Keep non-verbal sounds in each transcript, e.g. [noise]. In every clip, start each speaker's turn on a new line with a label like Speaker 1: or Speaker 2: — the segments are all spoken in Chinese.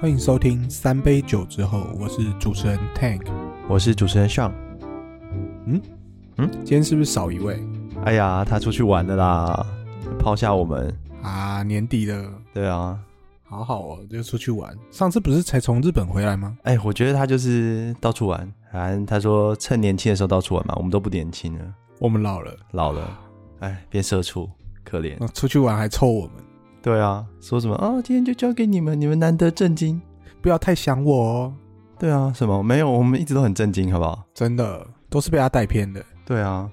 Speaker 1: 欢迎收听三杯酒之后，我是主持人 Tank。
Speaker 2: 我是主持人 Sean。
Speaker 1: 今天是不是少一位
Speaker 2: 哎呀，他出去玩的啦，抛下我们。
Speaker 1: 啊？年底了，
Speaker 2: 对啊，
Speaker 1: 好好哦，就出去玩。上次不是才从日本回来吗？
Speaker 2: 哎、我觉得他就是到处玩。反正他说趁年轻的时候到处玩嘛，我们都不年轻了，
Speaker 1: 我们老了，
Speaker 2: 老了，哎，变社畜，可怜
Speaker 1: 那。出去玩还臭我们，
Speaker 2: 对啊，说什么哦，今天就交给你们，你们难得震惊。
Speaker 1: 不要太想我哦，
Speaker 2: 对啊，什么没有，我们一直都很震惊，好不好？
Speaker 1: 真的都是被他带偏的。
Speaker 2: 对啊，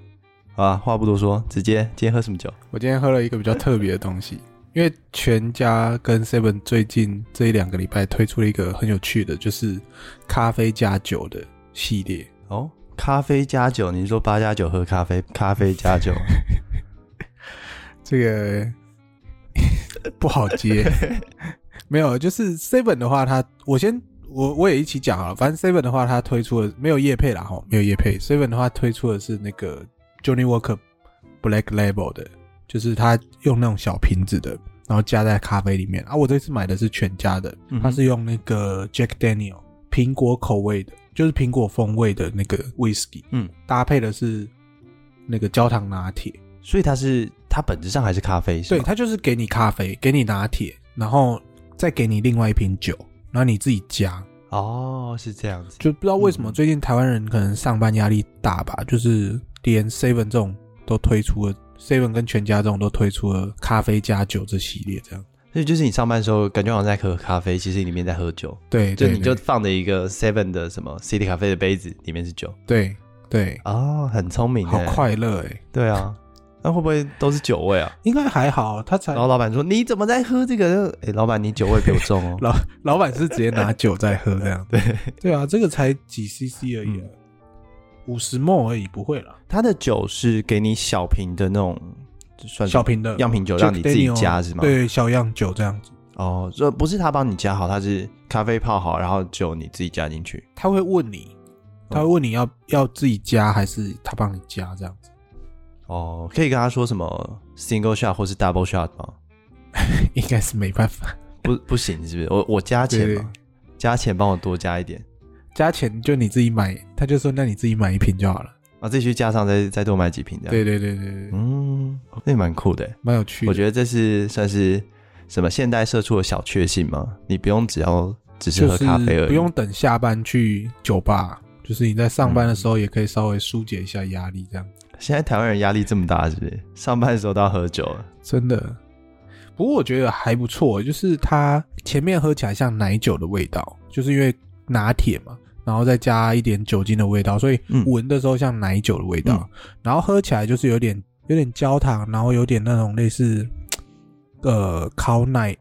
Speaker 2: 好啊，话不多说，直接今天喝什么酒？
Speaker 1: 我今天喝了一个比较特别的东西， [laughs] 因为全家跟 Seven 最近这一两个礼拜推出了一个很有趣的，就是咖啡加酒的系列。
Speaker 2: 哦，咖啡加酒，你是说八加九喝咖啡，咖啡加酒？
Speaker 1: 这
Speaker 2: [laughs]
Speaker 1: 个不好接。没有，就是 Seven 的话它，我先我我也一起讲啊。反正 Seven 的话，它推出了没有叶配啦，哈，没有叶配。Seven 的话推出的是那个 Johnny Walker Black Label 的，就是它用那种小瓶子的，然后加在咖啡里面啊。我这次买的是全家的，
Speaker 2: 嗯哼
Speaker 1: 它是用那个 Jack Daniel 苹果口味的，就是苹果风味的那个 whisky，
Speaker 2: 嗯，
Speaker 1: 搭配的是那个焦糖拿铁。
Speaker 2: 所以它是它本质上还是咖啡，是
Speaker 1: 对，
Speaker 2: 吗
Speaker 1: 他就是给你咖啡，给你拿铁，然后再给你另外一瓶酒，然后你自己加。
Speaker 2: 哦，是这样子。
Speaker 1: 就不知道为什么
Speaker 2: 嗯
Speaker 1: 最近台湾人可能上班压力大吧，就是连 Seven 这种都推出了，Seven 跟全家这种都推出了咖啡加酒这系列，这样。
Speaker 2: 所以就是你上班的时候，感觉好像在喝咖啡，其实里面在喝酒。
Speaker 1: 对，
Speaker 2: 就
Speaker 1: 对
Speaker 2: 你就放着一个 Seven 的什么 City 咖啡的杯子，里面是酒。
Speaker 1: 对对，
Speaker 2: 哦，很聪明，
Speaker 1: 好。快乐哎、
Speaker 2: 对啊，那会不会都是酒味啊？
Speaker 1: 应该还好，他才
Speaker 2: 然后老板说：“你怎么在喝这个？”哎、老板，你酒味比我重
Speaker 1: [laughs]
Speaker 2: 哦。
Speaker 1: 老老板是直接拿酒在喝这样。
Speaker 2: [laughs] 对，
Speaker 1: 对啊，这个才几 CC 而已、啊，五十 m 而已，不会啦，
Speaker 2: 他的酒是给你小瓶的那种，就算是
Speaker 1: 小瓶的
Speaker 2: 样品酒，
Speaker 1: Jack
Speaker 2: 让你自己
Speaker 1: Daniel，
Speaker 2: 加是吗？。
Speaker 1: 哦对，小样酒这样子。
Speaker 2: 哦，这不是他帮你加好，他是咖啡泡好，然后酒你自己加进去。
Speaker 1: 他会问你，他会问你要、要自己加还是他帮你加这样子。 [laughs]
Speaker 2: 哦，可以跟他说什么 single shot 或是 double shot 吗？
Speaker 1: 应该是没办法，
Speaker 2: 不不行，是不是？我我加钱
Speaker 1: 对
Speaker 2: 嘛，加钱帮我多加一点
Speaker 1: 加钱就你自己买，他就说那你自己买一瓶就好了。
Speaker 2: 啊，自己去加上再再多买几瓶这样。，
Speaker 1: 对对对对对，
Speaker 2: 嗯，那也蛮酷的。
Speaker 1: 蛮有趣的。
Speaker 2: 我觉得这是算是什么现代社畜的小确幸吗？你不用只要只是
Speaker 1: 就
Speaker 2: 喝
Speaker 1: 是
Speaker 2: 咖啡而已，
Speaker 1: 不用等下班去酒吧，就是你在上班的
Speaker 2: 嗯
Speaker 1: 时候也可以稍微疏解一下压力，这样
Speaker 2: 现在台湾人压力这么大，是不是？上班的时候都要喝酒了。
Speaker 1: 真的。不过我觉得还不错，就是它前面喝起来像奶酒的味道，就是因为拿铁嘛，然后再加一点酒精的味道，所以
Speaker 2: 嗯
Speaker 1: 闻的时候像奶酒的味道，然后喝起来就是有点有点焦糖，然后有点那种类似呃烤奶，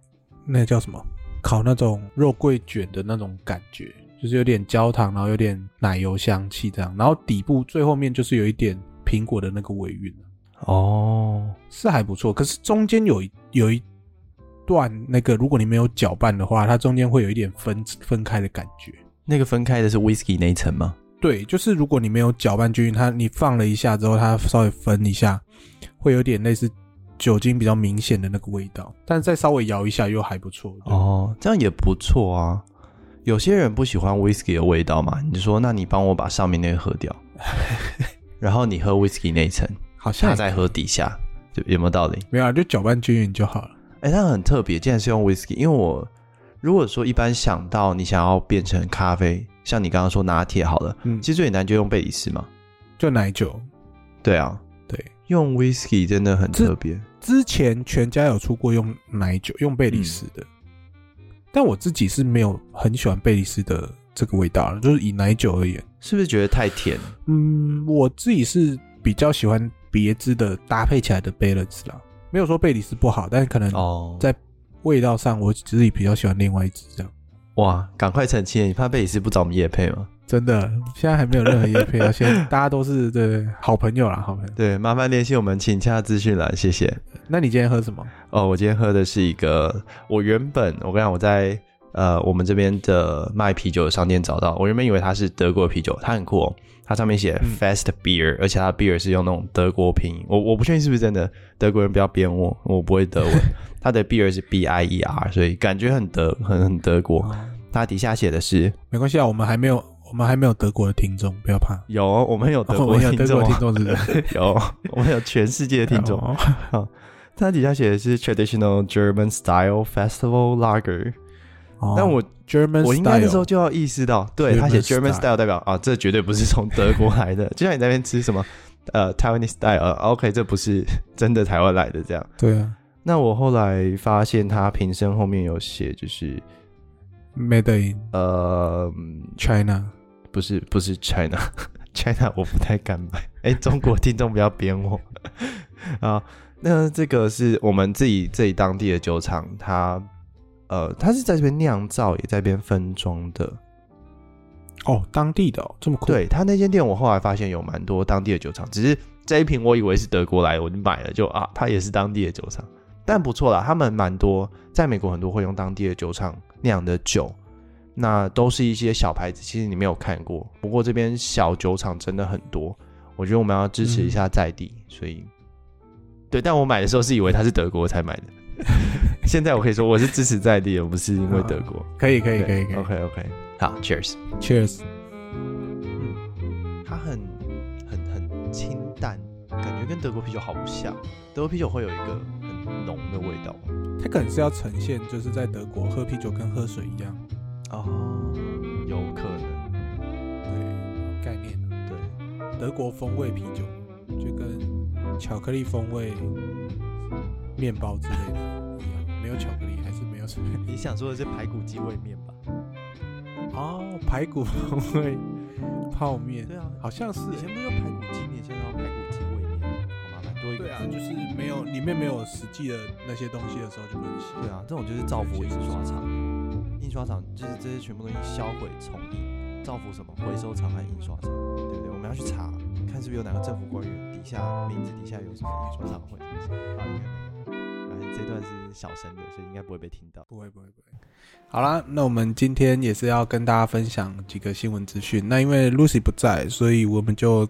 Speaker 1: 那叫什么？烤那种肉桂卷的那种感觉，就是有点焦糖，然后有点奶油香气这样，然后底部最后面就是有一点苹果的那个尾韵，
Speaker 2: 哦，
Speaker 1: 是还不错。可是中间有一有一段那个，如果你没有搅拌的话，它中间会有一点分分开的感觉。
Speaker 2: 那个分开的是 whisky 那一层吗？
Speaker 1: 对，就是如果你没有搅拌均匀，它你放了一下之后，它稍微分一下，会有点类似酒精比较明显的那个味道，但是再稍微摇一下又还不错。对，
Speaker 2: 哦，这样也不错啊。有些人不喜欢 whisky 的味道嘛，你就说那你帮我把上面那个喝
Speaker 1: [laughs]
Speaker 2: 掉，然后你喝 whisky 那一层，
Speaker 1: 好像
Speaker 2: 他
Speaker 1: 也
Speaker 2: 再喝底下，就有没有道理？
Speaker 1: 没有啊，就搅拌均匀就好了。
Speaker 2: 哎、那很特别，竟然是用 whisky，因为我如果说一般想到你想要变成咖啡，像你刚刚说拿铁好了，
Speaker 1: 嗯，
Speaker 2: 其实最简单就用贝里斯嘛。
Speaker 1: 就奶酒。
Speaker 2: 对啊，
Speaker 1: 对，
Speaker 2: 用 whisky 真的很特别。
Speaker 1: 之前全家有出过用奶酒，用贝里斯的，但我自己是没有很喜欢贝里斯的这个味道了，就是以奶酒而言。
Speaker 2: 是不是觉得太甜？
Speaker 1: 嗯，我自己是比较喜欢别支的搭配起来的 balance 啦，没有说贝里斯不好，但是可能
Speaker 2: 哦，
Speaker 1: 在味道上，我自己比较喜欢另外一支这样。
Speaker 2: 哇，赶快澄清，你怕贝里斯不找我们夜配吗？
Speaker 1: 真的，现在还没有任何叶配啊，现
Speaker 2: [laughs]
Speaker 1: 在大家都是对对好朋友啦，好朋友。
Speaker 2: 对，麻烦联系我们，请洽资讯栏，谢谢。
Speaker 1: 那你今天喝什么？
Speaker 2: 哦，我今天喝的是一个，我原本我跟你讲，我在呃我们这边的卖啤酒的商店找到，我原本以为它是德国啤酒，它很酷哦，它上面写
Speaker 1: 嗯
Speaker 2: Fast Beer，、而且它的 beer 是用那种德国拼音，我我不确定是不是真的，德国人不要
Speaker 1: [laughs]
Speaker 2: 编我，我不会德文，它的 beer 是 B I E R，所以感觉很德很很德国，它底下写的是
Speaker 1: 哦没关系啊，我们还没有我们还没有德国的听众，不要怕。
Speaker 2: 有，哦我们有德
Speaker 1: 哦我
Speaker 2: 国
Speaker 1: 们有
Speaker 2: 听
Speaker 1: 德
Speaker 2: 众
Speaker 1: 国
Speaker 2: 啊、
Speaker 1: 听众
Speaker 2: [laughs]
Speaker 1: 是不是？
Speaker 2: 有，哦我们有全世界的听众。
Speaker 1: 哦
Speaker 2: 它底下写的是 Traditional German Style Festival Lager，、
Speaker 1: 哦
Speaker 2: 但我
Speaker 1: German
Speaker 2: 我应该那时候
Speaker 1: style
Speaker 2: 就要意识到，对他写
Speaker 1: German
Speaker 2: German
Speaker 1: style
Speaker 2: Style 代表啊，这绝对不是从德国来的。 [laughs] 就像你在那边吃什么呃 Taiwanese Style，OK，、OK，这不是真的台湾来的这样。
Speaker 1: 对啊
Speaker 2: 那我后来发现他瓶身后面有写，就是
Speaker 1: ，Made in
Speaker 2: 呃，嗯
Speaker 1: China，
Speaker 2: 不是不是 China [laughs] China，我不太敢买。 [laughs] 哎、中国听众不要扁我 [laughs] 啊。那这个是我们自己自己当地的酒厂，它呃，它是在这边酿造，也在这边分装的。
Speaker 1: 哦，当地的哦，这么酷，
Speaker 2: 对他那间店，我后来发现有蛮多当地的酒厂，只是这一瓶我以为是德国来，我就买了就，啊，它也是当地的酒厂，但不错啦，他们蛮多在美国很多会用当地的酒厂酿的酒，那都是一些小牌子，其实你没有看过，不过这边小酒厂真的很多，我觉得我们要支持一下在地，
Speaker 1: 嗯
Speaker 2: 所以对，但我买的时候是以为它是德国才买的，
Speaker 1: [laughs]
Speaker 2: 现在我可以说我是支持在地的，我不是因为德国。
Speaker 1: 可以可以
Speaker 2: 对
Speaker 1: 可以可以
Speaker 2: OK OK，好，Cheers。
Speaker 1: ，Cheers。
Speaker 2: 它很很很清淡，感觉跟德国啤酒好不像。德国啤酒会有一个很浓的味道。
Speaker 1: 它可能是要呈现，就是在德国喝啤酒跟喝水一样
Speaker 2: 哦，有可能，
Speaker 1: 对概念啊、
Speaker 2: 对， [laughs]
Speaker 1: 德国风味啤酒就跟巧克力风味面包之类的一样，没有巧克力还是没有水。
Speaker 2: 你想说的是排骨鸡味面吧？
Speaker 1: 哦，排骨风味泡面，
Speaker 2: 对啊，
Speaker 1: 好像是
Speaker 2: 以前不是有排骨鸡面，现在要排骨鸡味面，好麻烦，多一个
Speaker 1: 对啊，
Speaker 2: 字
Speaker 1: 就是没有里面没有实际的那些东西的时候就不能写。
Speaker 2: 对啊，这种就是造福印刷厂，印刷厂就是这些全部东西销毁重印，造福什么回收厂和印刷厂，对不对？我们要去查，看是不是有哪个政府官员底下名字底下有什么印刷厂或者是啊，应该没有。反正这段是小声的，所以应该不会被听到。
Speaker 1: 不会不会不会。好啦，那我们今天也是要跟大家分享几个新闻资讯。那因为 Lucy 不在，所以我们就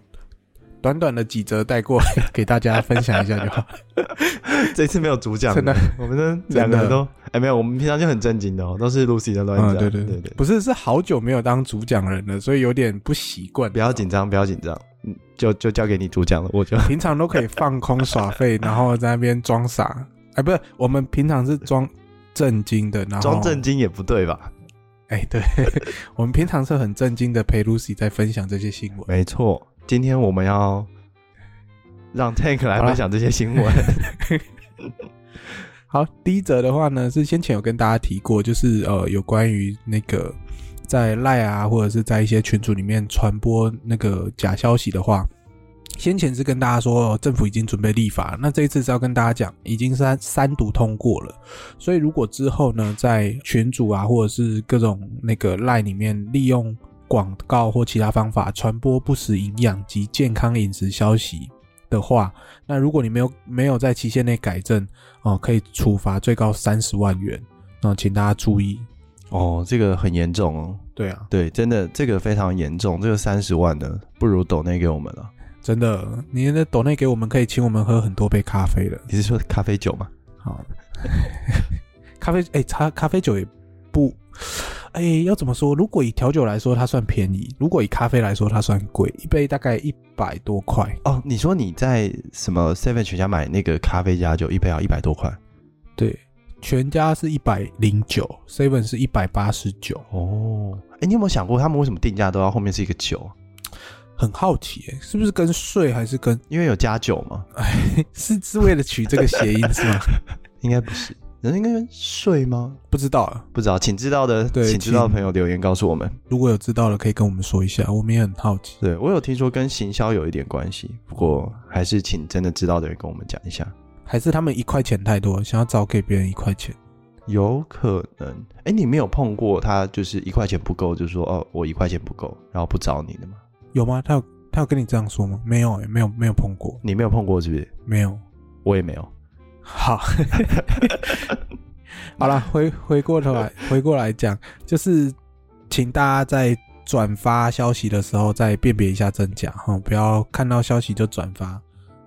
Speaker 1: 短短的几则带过给大家分享一下就好。
Speaker 2: [laughs] [laughs] 这次没有主讲
Speaker 1: 真的，
Speaker 2: 我们呢
Speaker 1: 真的
Speaker 2: 两个人都哎没有，我们平常就很正经的哦，都是 Lucy 在乱
Speaker 1: 嗯，
Speaker 2: 讲，
Speaker 1: 对
Speaker 2: 对
Speaker 1: 对
Speaker 2: 对，
Speaker 1: 不是是好久没有当主讲人了，所以有点不习
Speaker 2: [laughs]
Speaker 1: 惯。
Speaker 2: 不要紧张，不要紧张，嗯，就就交给你主讲了，我就
Speaker 1: 平常都可以放空耍废，然后在那边装傻。哎，不是，我们平常是装正经的，然后
Speaker 2: 装正。经也不对吧？
Speaker 1: 哎，对， [laughs] 我们平常是很正经的陪 Lucy 在分享这些新闻。
Speaker 2: 没错，今天我们要让 Tank 来分享这些新闻。
Speaker 1: 好，第一则的话呢，是先前有跟大家提过，就是呃，有关于那个在赖啊，或者是在一些群组里面传播那个假消息的话，先前是跟大家说、哦政府已经准备立法，那这一次是要跟大家讲，已经三三读通过了。所以如果之后呢，在群组啊，或者是各种那个赖里面利用广告或其他方法传播不实营养及健康饮食消息的话，那如果你没有没有在期限内改正哦、可以处罚最高三十万元。那、请大家注意，
Speaker 2: [laughs] 哦，这个很严重哦，
Speaker 1: 对啊，
Speaker 2: 对，真的这个非常严重，这个三十万的不如抖内给我们了。
Speaker 1: 真的，你的抖内给我们可以请我们喝很多杯咖啡了。
Speaker 2: 你是说咖啡酒吗？
Speaker 1: 好， [laughs] 咖啡哎，茶咖啡酒也不，哎，要怎么说？如果以调酒来说，它算便宜；如果以咖啡来说，它算贵，一杯大概一百多块。
Speaker 2: 哦，你说你在什么 Seven 全家买那个咖啡加酒，一杯要一百多块
Speaker 1: 对，全家是一百零九，seven 是一百八十九。
Speaker 2: 哦。哎，你有没有想过他们为什么定价都要后面是一个酒啊？
Speaker 1: 很好奇、哎是不是跟税还是跟
Speaker 2: 因为有加酒嘛？
Speaker 1: 是是为了取这个谐音是吗？ [laughs]
Speaker 2: 应该不是， [laughs] 人家应该税吗？
Speaker 1: 不知道啊。
Speaker 2: 不知道，请知道的，
Speaker 1: 对
Speaker 2: 请知道的
Speaker 1: 请
Speaker 2: 朋友留言告诉我们。
Speaker 1: 如果有知道的，可以跟我们说一下，我们也很好奇。
Speaker 2: 对我有听说跟行销有一点关系，不过还是请真的知道的人跟我们讲一下，
Speaker 1: 还是他们一块钱太多，想要找给别人一块钱？
Speaker 2: 有可能。哎，你没有碰过他就是一块钱不够，就说哦我一块钱不够，然后不找你的吗？
Speaker 1: 有吗？他有他有跟你这样说吗？没有、欸，没有，没有碰过，
Speaker 2: 你没有碰过是不是？
Speaker 1: 没有。
Speaker 2: 我也没有。
Speaker 1: 好， [laughs] 好了，回回过头来，回过来讲，就是请大家在转发消息的时候，再辨别一下真假哈、不要看到消息就转发，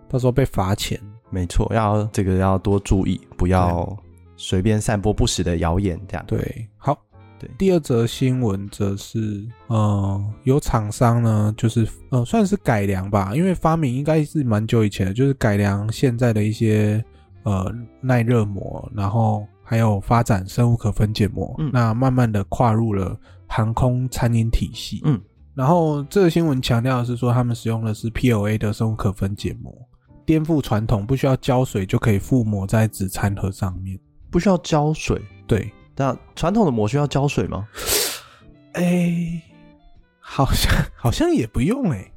Speaker 1: 到时候被罚钱。
Speaker 2: 没错，要这个要多注意，不要随便散播不实的谣言这样。
Speaker 1: 对，好，
Speaker 2: 对，
Speaker 1: 第二则新闻则是，呃，有厂商呢，就是呃，算是改良吧，因为发明应该是蛮久以前的，就是改良现在的一些呃耐热膜，然后还有发展生物可分解膜，
Speaker 2: 嗯
Speaker 1: 那慢慢的跨入了航空餐饮体系。
Speaker 2: 嗯，
Speaker 1: 然后这个新闻强调的是说，他们使用的是 PLA 的生物可分解膜，颠覆传统，不需要胶水就可以覆膜在纸餐盒上面。
Speaker 2: 不需要胶水。
Speaker 1: 对，
Speaker 2: 那传统的膜需要胶水吗？
Speaker 1: 哎、好像好像也不用哎、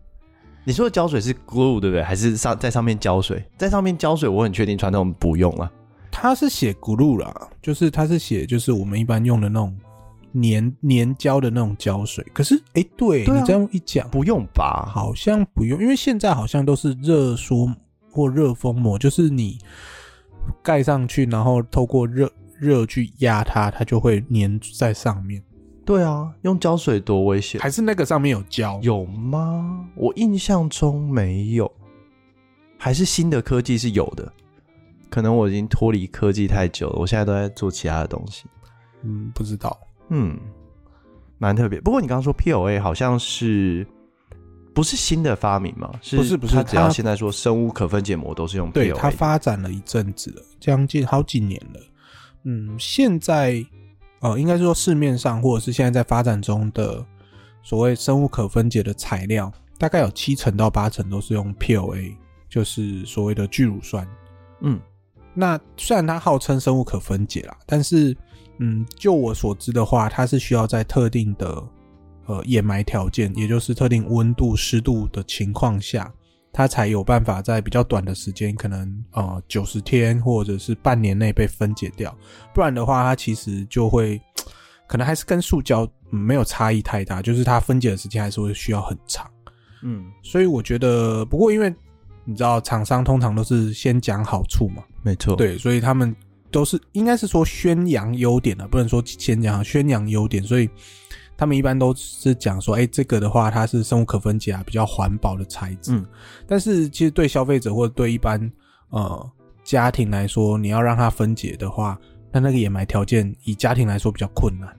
Speaker 2: 你说的胶水是 glue 对不对？还是上在上面胶水？在上面胶水，我很确定传统不用了。
Speaker 1: 它是写 glue 啦，就是它是写就是我们一般用的那种粘粘胶的那种胶水。可是哎、对
Speaker 2: 对啊
Speaker 1: 你这样一讲，
Speaker 2: 不用吧？，
Speaker 1: 好像不用，因为现在好像都是热缩或热封膜，就是你盖上去，然后透过热热去压它，它就会粘在上面。
Speaker 2: 对啊，用胶水多危险。
Speaker 1: 还是那个上面有胶？
Speaker 2: 有吗？我印象中没有，还是新的科技是有的。可能我已经脱离科技太久了，我现在都在做其他的东西。
Speaker 1: 嗯，不知道。
Speaker 2: 嗯，蛮特别。不过你刚刚说 POA 好像是不是新的发明嘛？是
Speaker 1: 不是不是
Speaker 2: 它只要
Speaker 1: 它
Speaker 2: 现在说生物可分解膜都是用 POA
Speaker 1: 对，
Speaker 2: 的。
Speaker 1: 它发展了一阵子了，将近好几年了。嗯，现在呃，应该是说市面上或者是现在在发展中的所谓生物可分解的材料，大概有七成到八成都是用 PLA，就是所谓的聚乳酸。
Speaker 2: 嗯
Speaker 1: 那虽然它号称生物可分解啦，但是嗯，就我所知的话，它是需要在特定的呃掩埋条件，也就是特定温度、湿度的情况下，它才有办法在比较短的时间，可能呃九十天或者是半年内被分解掉。不然的话，它其实就会可能还是跟塑胶、嗯没有差异太大，就是它分解的时间还是会需要很长。
Speaker 2: 嗯，
Speaker 1: 所以我觉得，不过因为你知道，厂商通常都是先讲好处嘛。
Speaker 2: 没错。，
Speaker 1: 对，所以他们都是应该是说宣扬优点啊的，不能说先讲宣扬优点，所以他们一般都是讲说，哎、这个的话它是生物可分解啊，比较环保的材质。
Speaker 2: 嗯，
Speaker 1: 但是其实对消费者或者对一般呃家庭来说，你要让它分解的话，那那个掩埋条件以家庭来说比较困难。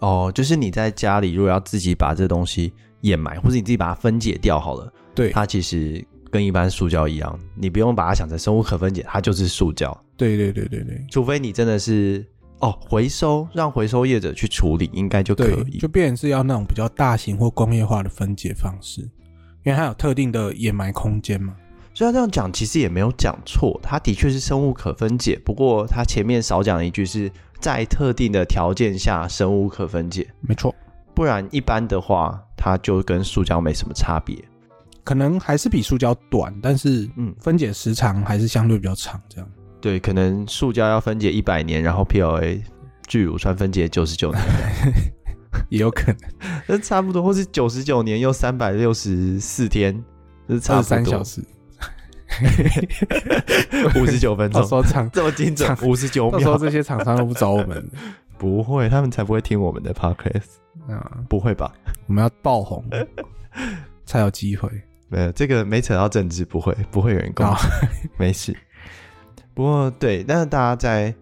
Speaker 2: 哦，就是你在家里如果要自己把这东西掩埋，或者你自己把它分解掉好了，
Speaker 1: 对，
Speaker 2: 它其实跟一般塑胶一样，你不用把它想成生物可分解，它就是塑胶。
Speaker 1: 对对对对对。
Speaker 2: 除非你真的是哦回收，让回收业者去处理，应该就可
Speaker 1: 对，
Speaker 2: 以
Speaker 1: 就。变成是要那种比较大型或工业化的分解方式，因为它有特定的掩埋空间嘛。
Speaker 2: 虽然这样讲，其实也没有讲错，它的确是生物可分解，不过它前面少讲了一句是在特定的条件下生物可分解，
Speaker 1: 没错，
Speaker 2: 不然一般的话，它就跟塑胶没什么差别。
Speaker 1: 可能还是比塑胶短，但是
Speaker 2: 嗯，
Speaker 1: 分解时长还是相对比较长。这样，
Speaker 2: 对，可能塑胶要分解一百年，然后 PLA 聚乳酸分解九十九年，
Speaker 1: 也有可能
Speaker 2: 那差不多，或是九十九年又三百六十四天，这差
Speaker 1: 二
Speaker 2: 不
Speaker 1: 三
Speaker 2: 多
Speaker 1: 小时，
Speaker 2: 五十九分
Speaker 1: 到
Speaker 2: 钟
Speaker 1: 时，候
Speaker 2: [laughs]
Speaker 1: 厂，
Speaker 2: 这么精准，五十九
Speaker 1: 到时候
Speaker 2: 秒。
Speaker 1: 这些厂商都不找我
Speaker 2: [laughs]
Speaker 1: 们
Speaker 2: 不会，他们才不会听我们的 podcast，
Speaker 1: 啊，
Speaker 2: 不会吧？
Speaker 1: 我们要爆红才有机会。
Speaker 2: 没有，这个没扯到政治，不会，不会有人攻
Speaker 1: 好
Speaker 2: 击， [laughs] 没事。不过对，那大家在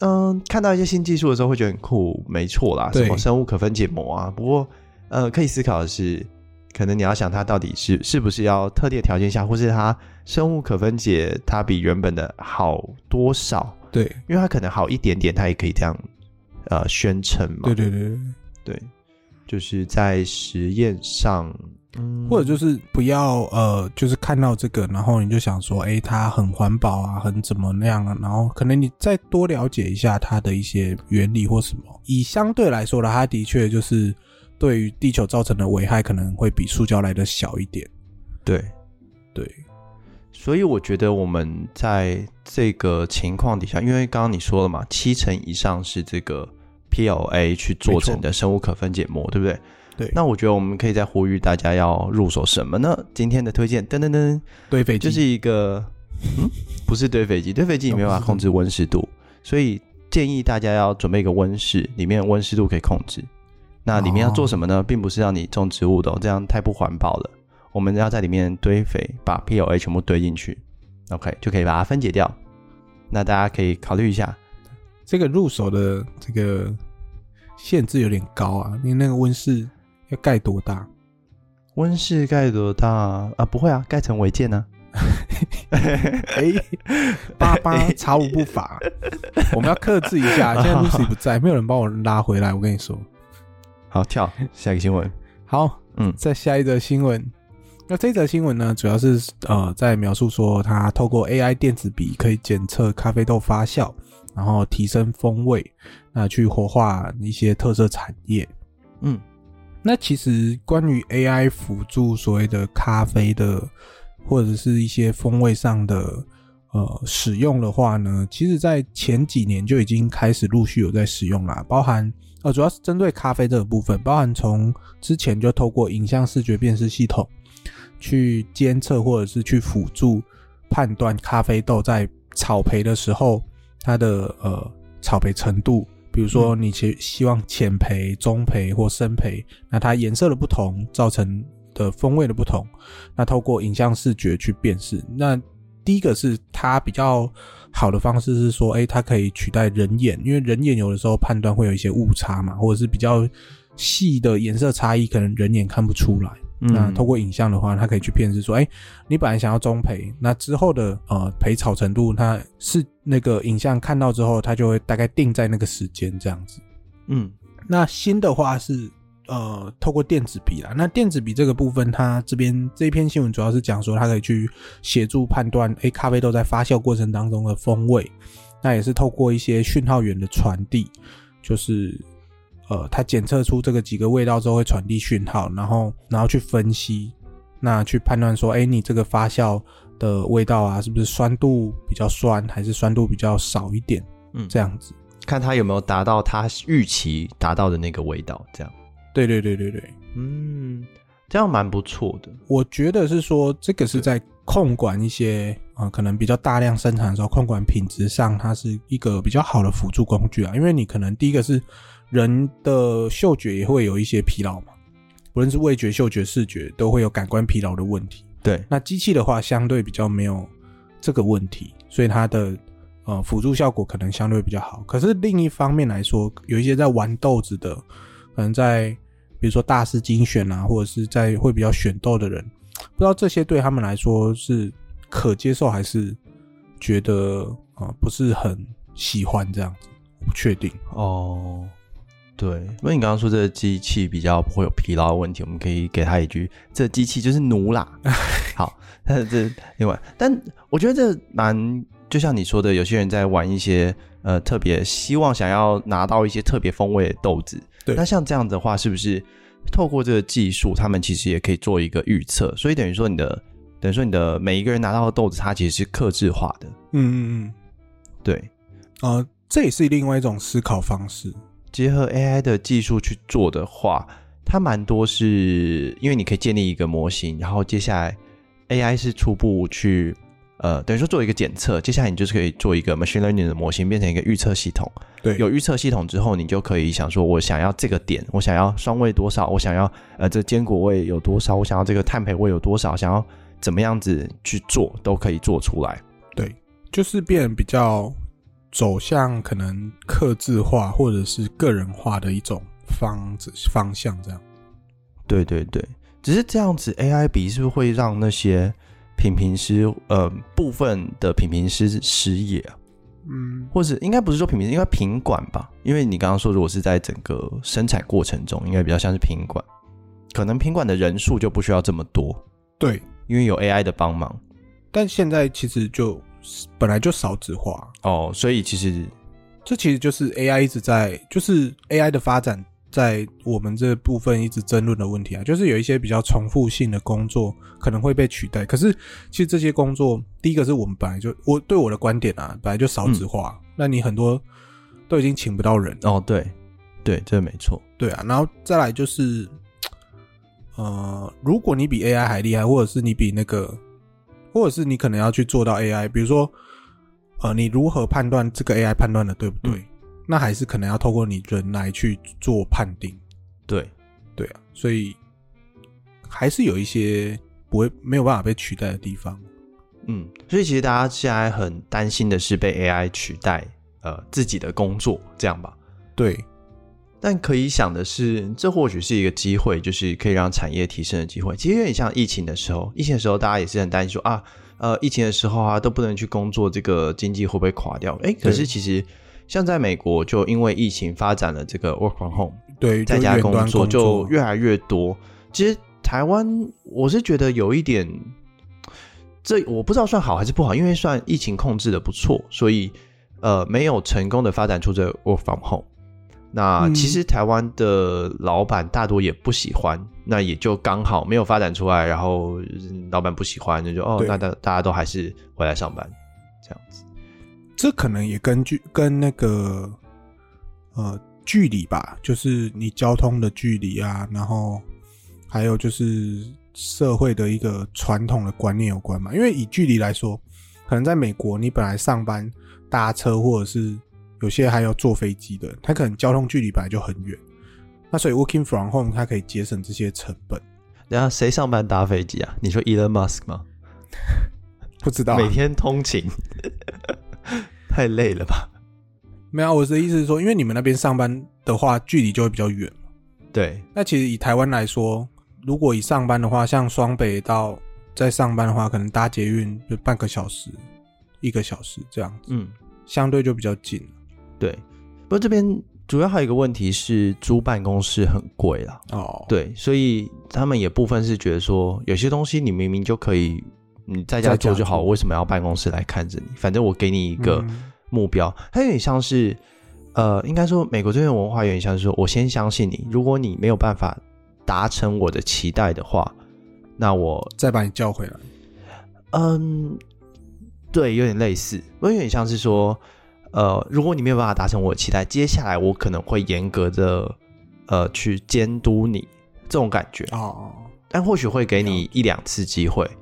Speaker 2: 嗯看到一些新技术的时候，会觉得很酷，没错啦，
Speaker 1: 对
Speaker 2: 什么生物可分解膜啊。不过呃，可以思考的是，可能你要想它到底是是不是要特定的条件下，或是它生物可分解它比原本的好多少，
Speaker 1: 对，
Speaker 2: 因为它可能好一点点，它也可以这样呃宣称嘛。
Speaker 1: 对对对对，
Speaker 2: 对，就是在实验上，嗯，
Speaker 1: 或者就是不要呃，就是看到这个，然后你就想说，哎、它很环保啊，很怎么那样啊，然后可能你再多了解一下它的一些原理或什么。以相对来说啦，它的确就是对于地球造成的危害可能会比塑胶来的小一点。
Speaker 2: 对，
Speaker 1: 对，
Speaker 2: 所以我觉得我们在这个情况底下，因为刚刚你说了嘛，七成以上是这个 PLA 去做成的生物可分解膜，对不对？
Speaker 1: 对
Speaker 2: 那我觉得我们可以再呼吁大家要入手什么呢？今天的推荐，噔噔噔，
Speaker 1: 对，飞机
Speaker 2: 就是一个，嗯，不是堆肥机，堆肥机你没有
Speaker 1: 哦
Speaker 2: 办法控制温湿度，所以建议大家要准备一个温室，里面温湿度可以控制。那里面要做什
Speaker 1: 哦
Speaker 2: 么呢？并不是让你种植物的、哦，这样太不环保了。我们要在里面堆肥，把 PLA 全部堆进去，OK，就可以把它分解掉。那大家可以考虑一下，
Speaker 1: 这个入手的这个限制有点高啊。你那个温室要盖多
Speaker 2: [laughs]
Speaker 1: 大？
Speaker 2: 温室盖多大啊？啊不会啊， [laughs] 盖成违建
Speaker 1: [laughs]
Speaker 2: 呢、
Speaker 1: 哎、八八查无不
Speaker 2: [laughs]
Speaker 1: 法，我们要克制一下。现在 Lucy 不在，没有人帮我拉回来。我跟你说，
Speaker 2: 好，跳下一个新闻。
Speaker 1: 好，
Speaker 2: 嗯
Speaker 1: 再下一则新闻。那这则新闻呢，主要是呃在描述说，它透过 AI 电子笔可以检测咖啡豆发酵，然后提升风味，那去活化一些特色产业。
Speaker 2: 嗯，
Speaker 1: 那其实关于 AI 辅助所谓的咖啡的，或者是一些风味上的呃使用的话呢，其实在前几年就已经开始陆续有在使用啦，包含呃主要是针对咖啡这个部分，包含从之前就透过影像视觉辨识系统去监测或者是去辅助判断咖啡豆在草培的时候它的呃草培程度。比如说，你其希望浅培、中培或深培，那它颜色的不同造成的风味的不同，那透过影像视觉去辨识。那第一个是它比较好的方式是说，哎、它可以取代人眼，因为人眼有的时候判断会有一些误差嘛，或者是比较细的颜色差异，可能人眼看不出来。
Speaker 2: 嗯
Speaker 1: 那透过影像的话，它可以去辨识说，哎、你本来想要中培，那之后的呃培草程度，它是那个影像看到之后，它就会大概定在那个时间这样子。
Speaker 2: 嗯
Speaker 1: 那新的话是呃，透过电子笔啦。那电子笔这个部分，它这边这一篇新闻主要是讲说，它可以去协助判断，诶、咖啡豆在发酵过程当中的风味。那也是透过一些讯号源的传递，就是呃，它检测出这个几个味道之后会传递讯号，然后然后去分析，那去判断说，诶、你这个发酵的味道啊，是不是酸度比较酸，还是酸度比较少一点
Speaker 2: 嗯，
Speaker 1: 这样子。
Speaker 2: 看他有没有达到他预期达到的那个味道，这样。
Speaker 1: 对对对对对。
Speaker 2: 嗯，这样蛮不错的。
Speaker 1: 我觉得是说，这个是在控管一些啊、呃可能比较大量生产的时候，控管品质上，它是一个比较好的辅助工具啊。因为你可能第一个是人的嗅觉也会有一些疲劳嘛，不论是味觉、嗅觉、视觉，都会有感官疲劳的问题。
Speaker 2: 对，
Speaker 1: 那机器的话，相对比较没有这个问题，所以它的呃辅助效果可能相对比较好。可是另一方面来说，有一些在玩豆子的，可能在比如说大师精选啊，或者是在会比较选豆的人，不知道这些对他们来说是可接受还是觉得呃不是很喜欢这样子，我不确定。
Speaker 2: 哦，对，因为你刚刚说这个机器比较会有疲劳的问题，我们可以给他一句：这机器就是奴啦。好，但是这另外，但我觉得这蛮就像你说的，有些人在玩一些呃特别希望想要拿到一些特别风味的豆子。
Speaker 1: 对
Speaker 2: 那像这样的话，是不是透过这个技术，他们其实也可以做一个预测？所以等于说你的。等于说，你的每一个人拿到的豆子，它其实是克制化的，
Speaker 1: 嗯嗯
Speaker 2: 对，
Speaker 1: 嗯，呃，这也是另外一种思考方式。
Speaker 2: 结合 AI 的技术去做的话，它蛮多是因为你可以建立一个模型，然后接下来 AI 是初步去呃，等于说做一个检测，接下来你就是可以做一个 machine learning 的模型，变成一个预测系统。
Speaker 1: 对，
Speaker 2: 有预测系统之后，你就可以想说，我想要这个点，我想要酸味多少，我想要呃这坚果味有多少，我想要这个碳培味有多少，想要怎么样子去做都可以做出来。
Speaker 1: 就是变得比较走向可能克制化或者是个人化的一种方子方向这样。
Speaker 2: 对对对，只是这样子 AI 比是不是会让那些品评师呃部分的品评师失业啊？
Speaker 1: 嗯，
Speaker 2: 或是应该不是说品评师，应该品管吧？因为你刚刚说，如果是在整个生产过程中，应该比较像是品管，可能品管的人数就不需要这么多，
Speaker 1: 对。
Speaker 2: 因为有 AI 的帮忙
Speaker 1: 但现在其实就本来就少子化，
Speaker 2: 哦，所以其实
Speaker 1: 这其实就是 AI 一直在，就是 AI 的发展在我们这部分一直争论的问题啊，就是有一些比较重复性的工作可能会被取代。可是其实这些工作，第一个是我们本来就我对我的观点啊，本来就少子化，那你很多都已经请不到人了。
Speaker 2: 哦对对，这没错，
Speaker 1: 对啊，然后再来就是，呃，如果你比 AI 还厉害，或者是你比那个，或者是你可能要去做到 AI，比如说，呃，你如何判断这个 AI 判断的对不对？
Speaker 2: 嗯
Speaker 1: 那还是可能要透过你人来去做判定。
Speaker 2: 对
Speaker 1: 对啊，所以还是有一些不会没有办法被取代的地方。
Speaker 2: 嗯，所以其实大家现在很担心的是被 AI 取代呃自己的工作，这样吧？
Speaker 1: 对，
Speaker 2: 但可以想的是，这或许是一个机会，就是可以让产业提升的机会。其实有点像疫情的时候，疫情的时候大家也是很担心说啊，呃，疫情的时候啊都不能去工作，这个经济会不会垮掉？哎，可是其实像在美国，就因为疫情发展了这个 work from home，
Speaker 1: 对，
Speaker 2: 在
Speaker 1: 就
Speaker 2: 家
Speaker 1: 远
Speaker 2: 工
Speaker 1: 端
Speaker 2: 作
Speaker 1: 工
Speaker 2: 就越来越多。其实台湾我是觉得有一点，这我不知道算好还是不好，因为算疫情控制的不错，所以呃没有成功的发展出这个 work from home。那
Speaker 1: 嗯
Speaker 2: 其实台湾的老板大多也不喜欢，那也就刚好没有发展出来，然后嗯老板不喜欢，那就哦，
Speaker 1: 对
Speaker 2: 那大大家都还是回来上班这样子。
Speaker 1: 这可能也根据跟那个呃距离吧，就是你交通的距离啊，然后还有就是社会的一个传统的观念有关嘛。因为以距离来说，可能在美国，你本来上班搭车或者是有些还要坐飞机的，他可能交通距离本来就很远，那所以 working from home 它可以节省这些成本。
Speaker 2: 然后谁上班搭飞机啊？你说 Elon Musk 吗？
Speaker 1: 不知道啊、
Speaker 2: 每天通勤， [laughs] 太累了吧？
Speaker 1: 没有啊，我的意思是说，因为你们那边上班的话，距离就会比较远。
Speaker 2: 对，
Speaker 1: 那其实以台湾来说，如果以上班的话，像双北到在上班的话，可能搭捷运就半个小时、一个小时这样子，
Speaker 2: 嗯，
Speaker 1: 相对就比较近了
Speaker 2: 对。不过这边主要还有一个问题是租办公室很贵啦，
Speaker 1: 哦，，
Speaker 2: 对，所以他们也部分是觉得说，有些东西你明明就可以你在家
Speaker 1: 在家
Speaker 2: 做就好，
Speaker 1: 做嗯
Speaker 2: 为什么要办公室来看着你？反正我给你一个目标，它有点像是，呃，应该说美国这边文化有点像是说，我先相信你，如果你没有办法达成我的期待的话，那我
Speaker 1: 再把你叫回来。
Speaker 2: 嗯，对，有点类似，我有点像是说，呃，如果你没有办法达成我的期待，接下来我可能会严格的呃去监督你这种感觉，
Speaker 1: 哦，
Speaker 2: 但或许会给你一两次机会。
Speaker 1: 嗯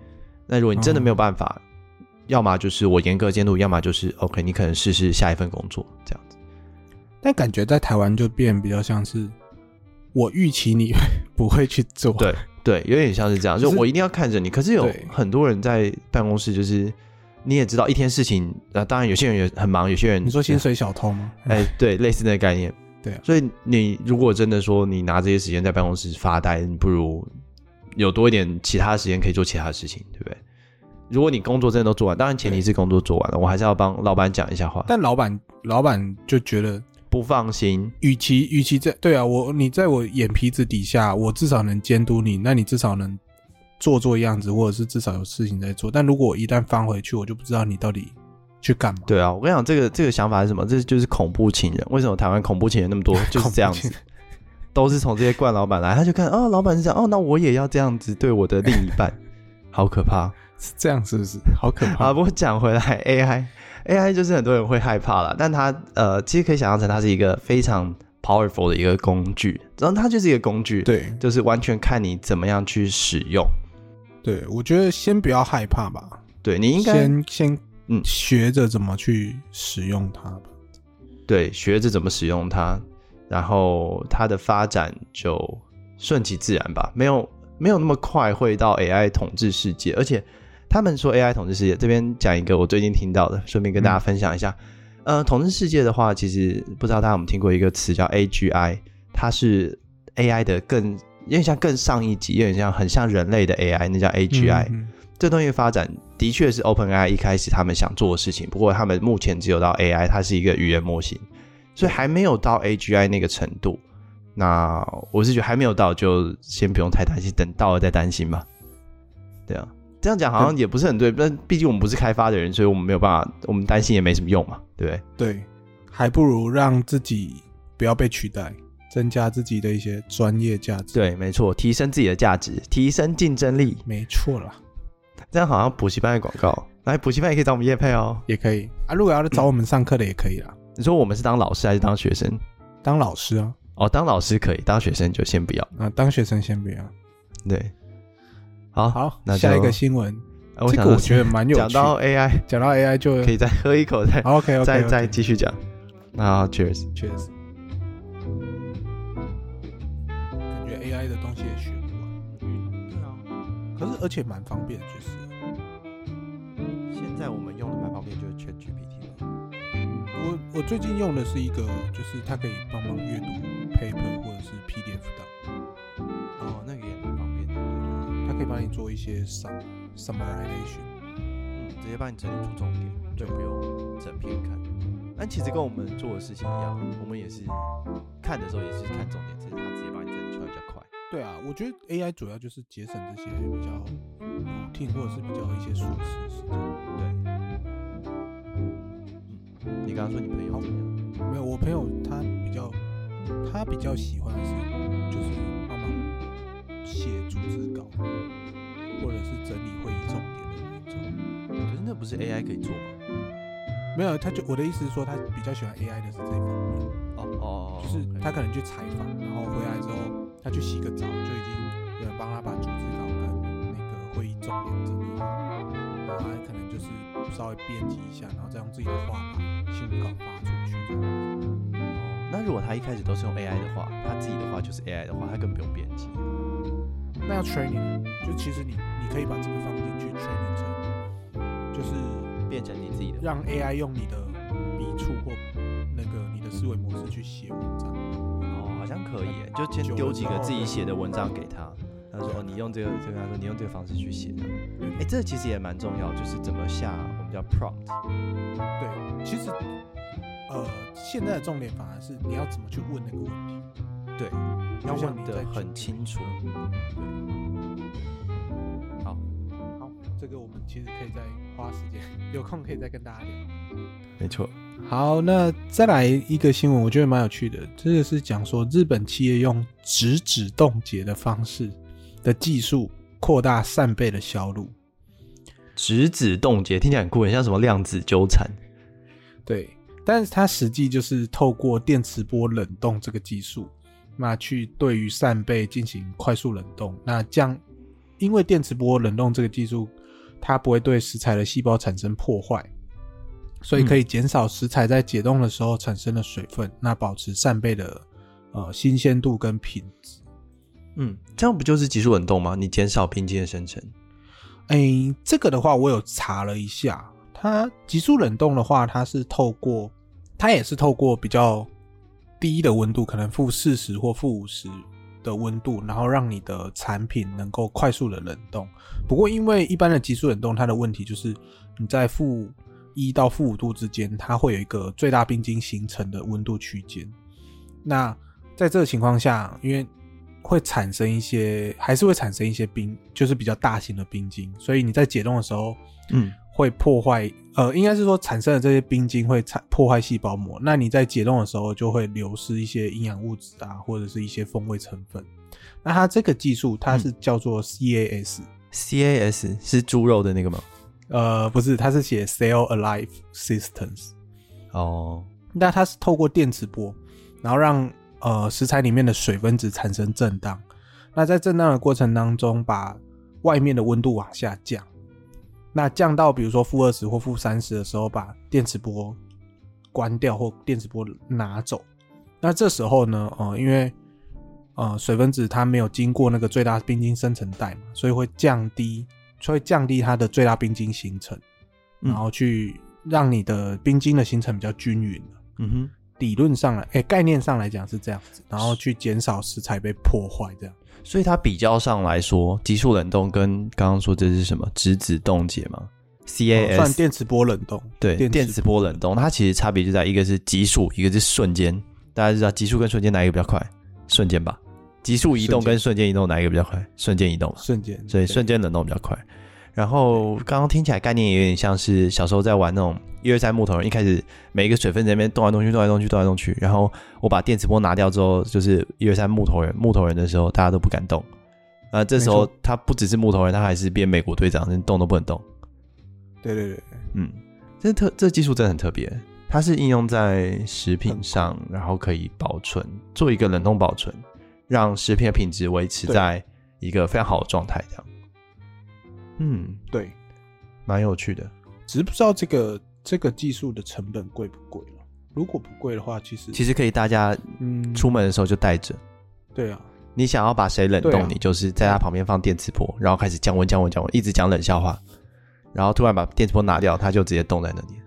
Speaker 2: 那如果你真的没有办法，要么就是我严格监督，要么就是 OK，你可能试试下一份工作这样子。
Speaker 1: 但感觉在台湾就变比较像是，我预期你 [laughs] 不会去做。
Speaker 2: 对对，有点像是这样，就
Speaker 1: 就是
Speaker 2: 我一定要看着你。可是有
Speaker 1: 对
Speaker 2: 很多人在办公室，就是你也知道一天事情，那、当然有些人也很忙，有些人
Speaker 1: 你说薪水小偷吗？
Speaker 2: 哎、对，类似那个概念。
Speaker 1: [laughs] 对啊
Speaker 2: 所以你如果真的说你拿这些时间在办公室发呆，你不如有多一点其他时间可以做其他的事情，对不对？如果你工作真的都做完，当然前提是工作做完了，我还是要帮老板讲一下话，
Speaker 1: 但老板老板就觉得，
Speaker 2: 不放心。
Speaker 1: 与其与其在对啊，我你在我眼皮子底下，我至少能监督你，那你至少能做做样子，或者是至少有事情在做。但如果我一旦翻回去，我就不知道你到底去干嘛。
Speaker 2: 对啊，我跟你讲，这个这个想法是什么？这就是恐怖情人。为什么台湾恐怖情人那么
Speaker 1: [laughs]
Speaker 2: 多？就是这样子，都是从这些惯老板来，他就看哦，老板是这样，哦，那我也要这样子对我的另一
Speaker 1: [laughs]
Speaker 2: 半，好可怕。
Speaker 1: 是这样是不是？好可怕！
Speaker 2: [laughs] 好，不过讲回来，AI AI 就是很多人会害怕啦，但它呃，其实可以想象成它是一个非常 powerful 的一个工具，然后它就是一个工具，，
Speaker 1: 对
Speaker 2: 就是完全看你怎么样去使用。
Speaker 1: 对，我觉得先不要害怕吧，
Speaker 2: 对你应该
Speaker 1: 先先
Speaker 2: 嗯
Speaker 1: 学着怎么去使用它吧。
Speaker 2: 对学着怎么使用它，然后它的发展就顺其自然吧，没有没有那么快会到 AI 统治世界，而且他们说 AI 统治世界，这边讲一个我最近听到的，顺便跟大家分享一下。呃，统治世界的话，其实不知道大家有没有听过一个词叫 AGI，它是 AI 的更有点像更上一级，有点像很像人类的 AI，那叫 AGI。
Speaker 1: 嗯
Speaker 2: 这东西的发展的确是 OpenAI 一开始他们想做的事情，不过他们目前只有到 AI，它是一个语言模型，所以还没有到 AGI 那个程度。那我是觉得还没有到，就先不用太担心，等到了再担心吧。对啊，这样讲好像也不是很对，但毕竟我们不是开发的人，所以我们没有办法，我们担心也没什么用嘛，对不对？
Speaker 1: 对，还不如让自己不要被取代，增加自己的一些专业价值。，
Speaker 2: 对，没错，提升自己的价值，提升竞争力，
Speaker 1: 没错啦。
Speaker 2: 这样好像补习班的广告。来，补习班也可以找我们叶配哦。
Speaker 1: 也可以啊。如果要来找我们上课的也可以啦，
Speaker 2: 你说我们是当老师还是当学生？
Speaker 1: 当老师啊，
Speaker 2: 哦，当老师可以，当学生就先不要。
Speaker 1: 啊，当学生先不要。
Speaker 2: 对，好，
Speaker 1: 好
Speaker 2: 那，就
Speaker 1: 下一个新闻，
Speaker 2: 呃我
Speaker 1: 这
Speaker 2: 想
Speaker 1: 个我
Speaker 2: 到
Speaker 1: 觉得蛮有
Speaker 2: 讲
Speaker 1: 趣
Speaker 2: 到
Speaker 1: 的。
Speaker 2: AI，
Speaker 1: 讲到 AI 就
Speaker 2: 可以再喝一口，再
Speaker 1: OK OK，
Speaker 2: 再再继续讲。那 Cheers，
Speaker 1: 确实，感觉 AI 的东西也学不完。对啊，可是而且蛮方便，就是
Speaker 2: 现在我们用的蛮方便，就是 ChatGPT 了。
Speaker 1: 我我最近用的是一个，就是它可以帮忙阅读配 paper 或者是 PDF 档，
Speaker 2: 哦，那个也蛮方便的。
Speaker 1: 它可以帮你做一些 sum summarization。
Speaker 2: 嗯，直接帮你整理出重点，就不用整篇看。但其实跟我们做的事情一样，我们也是看的时候也是看重点，只是他直接把你整理出来比较快。
Speaker 1: 对啊，我觉得 AI 主要就是节省这些比较 routine 或者是比较一些琐事时间。
Speaker 2: 对，嗯，你刚刚说你朋友怎么样？
Speaker 1: 没有，我朋友他比较他比较喜欢的是就是帮忙写组织稿，或者是整理会议重点的那种。
Speaker 2: 可是那不是 AI 可以做吗？
Speaker 1: 没有，他就我的意思是说，他比较喜欢 AI 的是这一方面，
Speaker 2: 哦哦，
Speaker 1: 就是他
Speaker 2: OK
Speaker 1: 可能去采访，然后回来之后，他去洗个澡，就已经有人帮他把组织稿跟那个会议重点整理好，然后他可能就是稍微编辑一下，然后再用自己的话把新闻稿发出去这样。
Speaker 2: 哦那如果他一开始都是用 AI 的话，他自己的话就是 AI 的话，他根本不用编辑。
Speaker 1: 那要 training，就其实你你可以把这个放进去 training 成，就是
Speaker 2: 变成你自己的话，
Speaker 1: 让 AI 用你的笔触或那个你的思维模式去写文章。
Speaker 2: 哦，好像可以耶，就先丢几个自己写的文章给他，他说哦，你用这个，就跟他说你用这个方式去写的。哎、这其实也蛮重要，就是怎么下我们叫 prompt。
Speaker 1: 对，其实呃，现在的重点反而是你要怎么去问那个问题。
Speaker 2: 对，
Speaker 1: 就
Speaker 2: 要
Speaker 1: 像
Speaker 2: 问
Speaker 1: 你
Speaker 2: 的
Speaker 1: 在
Speaker 2: 很清楚。好，
Speaker 1: 这个我们其实可以再花时间，有空可以再跟大家聊。
Speaker 2: 没错。
Speaker 1: [laughs] 好，那再来一个新闻，我觉得蛮有趣的。这个是讲说日本企业用直指冻结的方式的技术扩大扇贝的销路。
Speaker 2: 质子冻结听起来很酷，很像什么量子纠缠。
Speaker 1: 对，但是它实际就是透过电磁波冷冻这个技术，那去对于扇贝进行快速冷冻。那这样，因为电磁波冷冻这个技术，它不会对食材的细胞产生破坏，所以可以减少食材在解冻的时候产生的水分，那保持扇贝的呃新鲜度跟品质。
Speaker 2: 嗯，这样不就是急速冷冻吗？你减少冰晶的生成。
Speaker 1: 诶，哎这个的话我有查了一下，它急速冷冻的话，它是透过，它也是透过比较低的温度，可能负四十或负五十的温度，然后让你的产品能够快速的冷冻。不过因为一般的急速冷冻，它的问题就是你在负一到负五度之间，它会有一个最大冰晶形成的温度区间。那在这个情况下，因为会产生一些，还是会产生一些冰，就是比较大型的冰晶，所以你在解冻的时候
Speaker 2: 嗯，
Speaker 1: 会破坏，呃，应该是说产生的这些冰晶会产破坏细胞膜，那你在解冻的时候就会流失一些营养物质啊，或者是一些风味成分。那它这个技术它是叫做 CAS，、
Speaker 2: CAS 是猪肉的那个吗？
Speaker 1: 呃，不是，它是写 Cell Alive Systems。
Speaker 2: 哦，
Speaker 1: 啊那它是透过电磁波，然后让呃食材里面的水分子产生震荡。那在震荡的过程当中，把呃外面的温度往下降。那降到比如说负二十或负三十的时候，把电磁波关掉或电磁波拿走。那这时候呢，呃，因为呃水分子它没有经过那个最大冰晶生成带嘛，所以会降低，所以降低它的最大冰晶形成，
Speaker 2: 嗯
Speaker 1: 然后去让你的冰晶的形成比较均匀。
Speaker 2: 嗯哼。
Speaker 1: 理论上来，哎、概念上来讲是这样子，然后去减少食材被破坏，这样。
Speaker 2: 所以它比较上来说，急速冷冻跟刚刚说这是什么质子冻结吗
Speaker 1: 哦算
Speaker 2: ？CAS、
Speaker 1: 电磁波冷冻，
Speaker 2: 对
Speaker 1: 电
Speaker 2: 电
Speaker 1: 磁
Speaker 2: 磁波冷冻，它其实差别就在一个是急速，一个是瞬间。大家知道急速跟瞬间哪一个比较快？瞬间吧。急速移动跟瞬间移动哪一个比较快？瞬间移动嘛。
Speaker 1: 瞬间，
Speaker 2: 所以
Speaker 1: 嗯对
Speaker 2: 瞬间冷冻比较快。然后刚刚听起来概念也有点像是小时候在玩那种一二三木头人，一开始每一个水分在那边动来动去，动来动去，动来动去。然后我把电磁波拿掉之后，就是一二三木头人，木头人的时候大家都不敢动。啊、这时
Speaker 1: 没
Speaker 2: 候他不只是木头人，他还是变美国队长，连动都不能动。
Speaker 1: 对对对，
Speaker 2: 嗯，这特这技术真的很特别，它是应用在食
Speaker 1: 嗯
Speaker 2: 品上，然后可以保存，做一个冷冻保存，让食品的品质维持
Speaker 1: 对
Speaker 2: 在一个非常好的状态，这样。嗯，
Speaker 1: 对，
Speaker 2: 蛮有趣的。
Speaker 1: 只是不知道这个这个技术的成本贵不贵了。如果不贵的话，其实
Speaker 2: 其实可以大家
Speaker 1: 嗯，
Speaker 2: 出门的时候就带着，
Speaker 1: 对啊，
Speaker 2: 你想要把谁冷
Speaker 1: 对
Speaker 2: 冻，
Speaker 1: 啊
Speaker 2: 你就是在他旁边放电磁波，然后开始降温、降温、降温，一直讲冷笑话，然后突然把电磁波拿掉，他就直接冻在那里。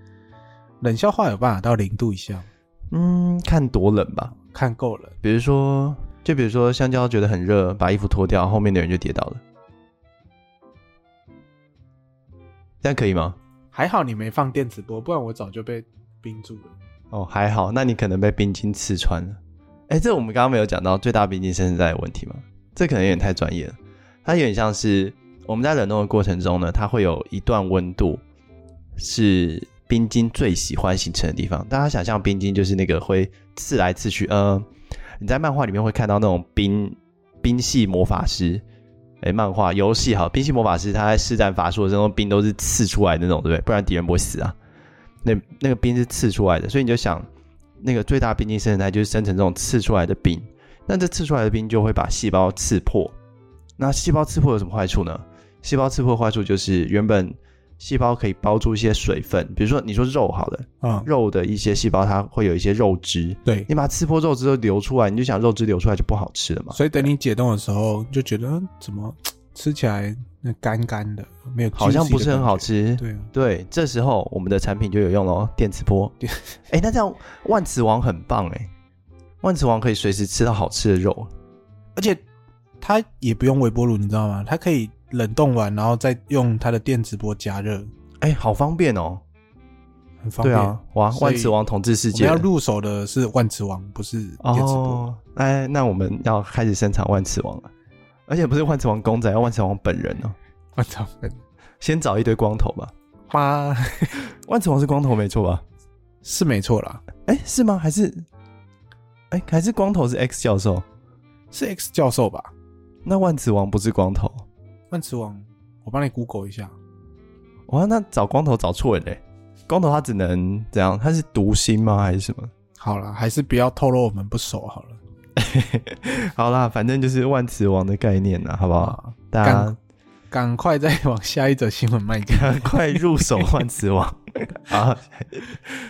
Speaker 1: 冷笑话有办法到零度以下吗，
Speaker 2: 嗯，看多冷吧，
Speaker 1: 看够了，
Speaker 2: 比如说，就比如说香蕉觉得很热，把衣服脱掉，后面的人就跌倒了，这样可以吗？
Speaker 1: 还好你没放电磁波，不然我早就被冰住了。
Speaker 2: 哦，还好，那你可能被冰晶刺穿了。哎，这我们刚刚没有讲到最大冰晶生成带的问题吗？这可能有点太专业了。它有点像是我们在冷冻的过程中呢，它会有一段温度是冰晶最喜欢形成的地方。大家想象冰晶就是那个会刺来刺去，呃，你在漫画里面会看到那种冰冰系魔法师，哎，漫画游戏好，冰系魔法师他在施展法术的时候，冰都是刺出来的那种，对不对？不然敌人不会死啊。那那个冰是刺出来的，所以你就想，那个最大冰晶生成态就是生成这种刺出来的冰。那这刺出来的冰就会把细胞刺破。那细胞刺破有什么坏处呢？细胞刺破坏处就是原本细胞可以包住一些水分，比如说你说肉好了，
Speaker 1: 啊、
Speaker 2: 肉的一些细胞它会有一些肉汁，
Speaker 1: 对，
Speaker 2: 你把它刺破肉汁都流出来，你就想肉汁流出来就不好吃了嘛。
Speaker 1: 所以等你解冻的时候，就觉得嗯怎么嘖吃起来那干干的，没有
Speaker 2: 好像
Speaker 1: juicy
Speaker 2: 不是
Speaker 1: 的
Speaker 2: 很好
Speaker 1: 感觉。
Speaker 2: 吃，
Speaker 1: 对啊，
Speaker 2: 对，这时候我们的产品就有用喽，电磁波
Speaker 1: 电。
Speaker 2: 哎，那这样万磁王很棒哎，万磁王可以随时吃到好吃的肉。
Speaker 1: 而且它也不用微波炉，你知道吗？它可以冷冻完，然后再用它的电磁波加热，
Speaker 2: 哎，好方便哦。
Speaker 1: 很方
Speaker 2: 对
Speaker 1: 便。
Speaker 2: 啊，哇，
Speaker 1: 所以
Speaker 2: 万磁王统治世
Speaker 1: 我
Speaker 2: 界
Speaker 1: 们要
Speaker 2: 了。
Speaker 1: 入手的是万磁王，不是电磁波。
Speaker 2: 哦，哎，那我们要开始生产万磁王了，而且不是万磁王公仔，要万磁王本人哦。
Speaker 1: 我操、哦！
Speaker 2: 先找一堆光头吧，
Speaker 1: 妈
Speaker 2: 万磁王是光头没错吧？
Speaker 1: [laughs] 是没错啦，
Speaker 2: 哎，是吗？还是，哎，还是光头是 X 教授？
Speaker 1: 是 X 教授吧？
Speaker 2: 那万磁王不是光头？
Speaker 1: 万磁王，我帮你 Google 一下。
Speaker 2: 哇，那找光头找错了嘞！光头他只能怎样？他是读心吗？还是什么？
Speaker 1: 好了，还是不要透露我们不熟好了。
Speaker 2: 好啦，反正就是万磁王的概念啦，好不好？
Speaker 1: 啊，
Speaker 2: 大家
Speaker 1: 赶快再往下一则新闻迈进。
Speaker 2: 赶快入手万磁
Speaker 1: [laughs]
Speaker 2: 王啊！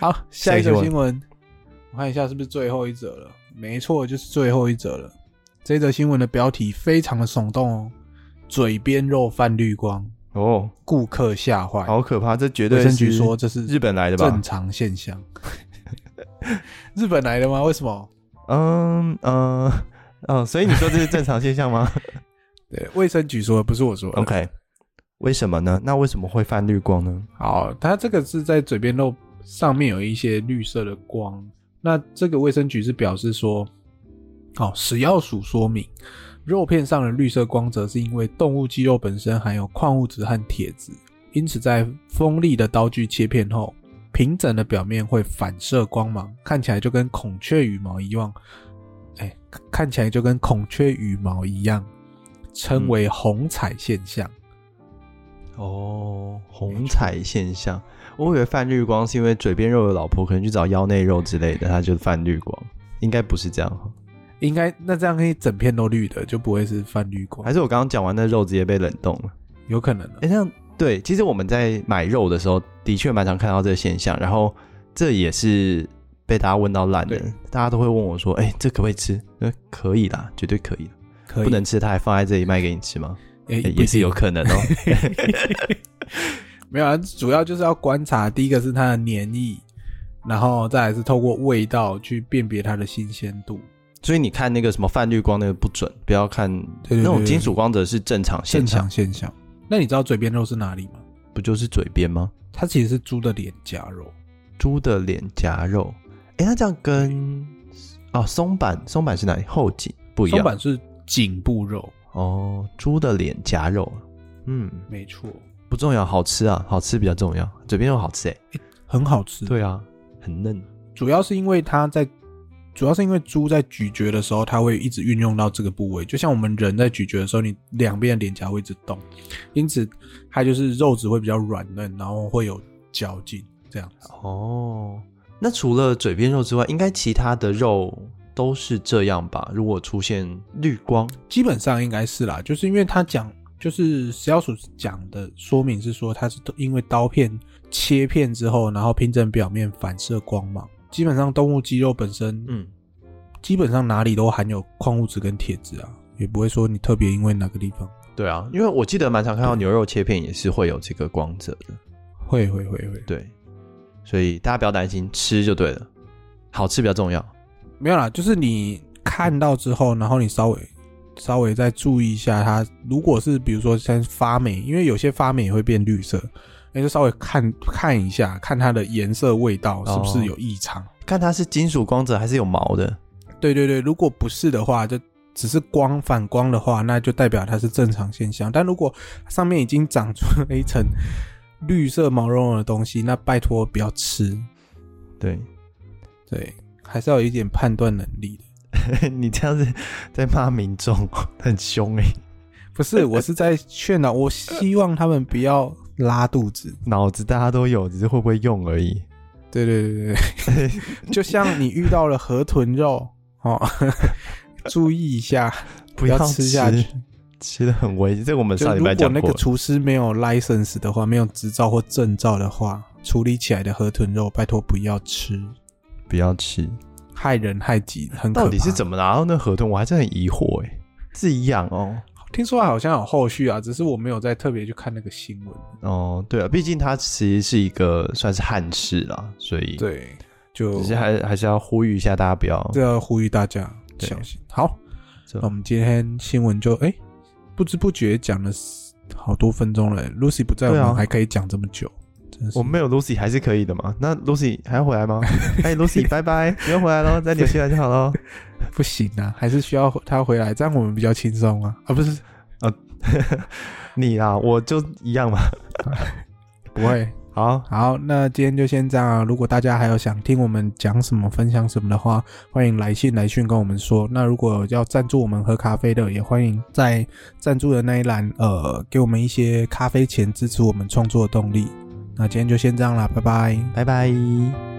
Speaker 1: 好，下一
Speaker 2: 下一
Speaker 1: 则
Speaker 2: 则
Speaker 1: 新闻，我看一下是不是最后一则了。没错，就是最后一则了。这一则新闻的标题非常的耸动哦，嘴边肉泛绿光，
Speaker 2: 哦，
Speaker 1: 顾客吓坏。
Speaker 2: 好可怕！这绝
Speaker 1: 卫
Speaker 2: 对
Speaker 1: 生
Speaker 2: 是
Speaker 1: 局说这是
Speaker 2: 日本来的吧
Speaker 1: 正？常现象。 [laughs] 日本来的吗？为什么？
Speaker 2: 嗯嗯嗯，所以你说这是正常现
Speaker 1: [laughs]
Speaker 2: 象吗
Speaker 1: 对，卫生局说的，不是我说的。
Speaker 2: ？OK，为什么呢？那为什么会泛绿光呢？
Speaker 1: 好，它这个是在嘴边肉上面有一些绿色的光。那这个卫生局是表示说，哦，食药署说明，肉片上的绿色光泽是因为动物肌肉本身含有矿物质和铁质，因此在锋利的刀具切片后，平整的表面会反射光芒，看起来就跟孔雀羽毛一样，哎，看看起来就跟孔雀羽毛一样，称为虹彩现象。
Speaker 2: 哦，红彩现象，我以为泛绿光是因为嘴边肉的老婆可能去找腰内肉之类的，他就泛绿光，应该不是这样哈。
Speaker 1: 应该那这样可以整片都绿的，就不会是泛绿光
Speaker 2: 还，是我刚刚讲完那肉直接被冷冻了？
Speaker 1: 有可能啊的、
Speaker 2: 哎、这样对，其实我们在买肉的时候，的确蛮常看到这个现象，然后这也是被大家问到烂的
Speaker 1: 对，
Speaker 2: 大家都会问我说：“哎、这可不可以吃？”呃，可以啦，绝对可以。
Speaker 1: 可以，
Speaker 2: 不能吃，他还放在这里卖给你吃吗？
Speaker 1: 诶、
Speaker 2: 诶
Speaker 1: 不
Speaker 2: 也是有
Speaker 1: 行
Speaker 2: 可能哦。 [laughs]
Speaker 1: 没有啊，主要就是要观察，第一个是它的黏液，然后再来是透过味道去辨别它的新鲜度。
Speaker 2: 所以你看那个什么泛绿光那个不准，不要看
Speaker 1: 对对对
Speaker 2: 那种金属光泽是正常现
Speaker 1: 正
Speaker 2: 象
Speaker 1: 常，现象。那你知道嘴边肉是哪里吗？
Speaker 2: 不就是嘴边吗？
Speaker 1: 它其实是猪的脸颊肉，
Speaker 2: 猪的脸颊肉，哎、那这样跟哦松板松板是哪里？后颈不一
Speaker 1: 松
Speaker 2: 样
Speaker 1: 板是颈部肉，
Speaker 2: 哦。猪的脸颊肉，嗯，
Speaker 1: 没错，
Speaker 2: 不重要，好吃啊，好吃比较重要。嘴边肉好吃哎、
Speaker 1: 很好吃。，
Speaker 2: 对啊，很嫩。
Speaker 1: 主要是因为它在，主要是因为猪在咀嚼的时候，它会一直运用到这个部位，就像我们人在咀嚼的时候，你两边的脸颊会一直动，因此它就是肉质会比较软嫩，然后会有嚼劲这样子。
Speaker 2: 哦，那除了嘴边肉之外，应该其他的肉都是这样吧？如果出现绿光，
Speaker 1: 基本上应该是啦，就是因为他讲，就是食药署讲的说明是说，它是因为刀片切片之后，然后平整表面反射光芒。基本上动物肌肉本身，
Speaker 2: 嗯，
Speaker 1: 基本上哪里都含有矿物质跟铁质啊，也不会说你特别因为哪个地方。
Speaker 2: 对啊，因为我记得蛮常看到牛肉切片也是会有这个光泽的，
Speaker 1: 会会会会，
Speaker 2: 对，所以大家不要担心，吃就对了，好吃比较重要。
Speaker 1: 没有啦，就是你看到之后，然后你稍微稍微再注意一下它。如果是比如说像发霉，因为有些发霉也会变绿色，那就稍微看看一下，看它的颜色、味道是不是有异常。
Speaker 2: 看它是金属光泽还是有毛的。
Speaker 1: 对对对，如果不是的话，就只是光反光的话，那就代表它是正常现象。但如果上面已经长出了一层绿色毛茸茸的东西，那拜托不要吃。
Speaker 2: 对 [laughs]
Speaker 1: 对，还是要有一点判断能力的。
Speaker 2: 你这样子在骂民众，很凶哎、
Speaker 1: 不是，我是在劝导，我希望他们不要拉肚子。
Speaker 2: 脑子大家都有，只是会不会用而已。
Speaker 1: 对对对对对， [laughs] 就像你遇到了河豚肉哦， [laughs] 注意一下，
Speaker 2: 不
Speaker 1: 要
Speaker 2: 要
Speaker 1: 吃下去。
Speaker 2: 吃的很危险。这个我们
Speaker 1: 就
Speaker 2: 上礼
Speaker 1: 如
Speaker 2: 拜
Speaker 1: 果
Speaker 2: 讲
Speaker 1: 那
Speaker 2: 过
Speaker 1: 个
Speaker 2: 了。
Speaker 1: 厨师没有 license 的话，没有执照或证照的话，处理起来的河豚肉，拜托不要吃，
Speaker 2: 不要吃，
Speaker 1: 害人害己，很可怕。
Speaker 2: 到底是怎么拿到那合同？我还是很疑惑哎、自己养哦。
Speaker 1: 听说好像有后续啊，只是我没有再特别去看那个新闻。
Speaker 2: 哦，对啊，毕竟它其实是一个算是汉室啦，所以
Speaker 1: 对，就
Speaker 2: 只是还还是要呼吁一下大家不要。
Speaker 1: 这要呼吁大家
Speaker 2: 哦对
Speaker 1: 小心。好，
Speaker 2: 这
Speaker 1: 那我们今天新闻就哎、不知不觉讲了好多分钟了。Lucy 不在，我
Speaker 2: 对啊
Speaker 1: 们还可以讲这么久，真是
Speaker 2: 我们没有 Lucy 还是可以的嘛？那 Lucy 还要回来
Speaker 1: [laughs]
Speaker 2: 吗？哎，Lucy 拜拜，不要回来喽，在纽西兰就好喽。
Speaker 1: 不行啊，还是需要他回来，这样我们比较轻松啊。啊，不
Speaker 2: [laughs]
Speaker 1: 是，
Speaker 2: 你啊，我就一样嘛。
Speaker 1: 不会。
Speaker 2: 好，
Speaker 1: 好，那今天就先这样啊。如果大家还有想听我们讲什么、分享什么的话，欢迎来信来讯跟我们说。那如果要赞助我们喝咖啡的，也欢迎在赞助的那一栏，呃，给我们一些咖啡钱，支持我们创作的动力。那今天就先这样啦，拜拜。
Speaker 2: 拜拜。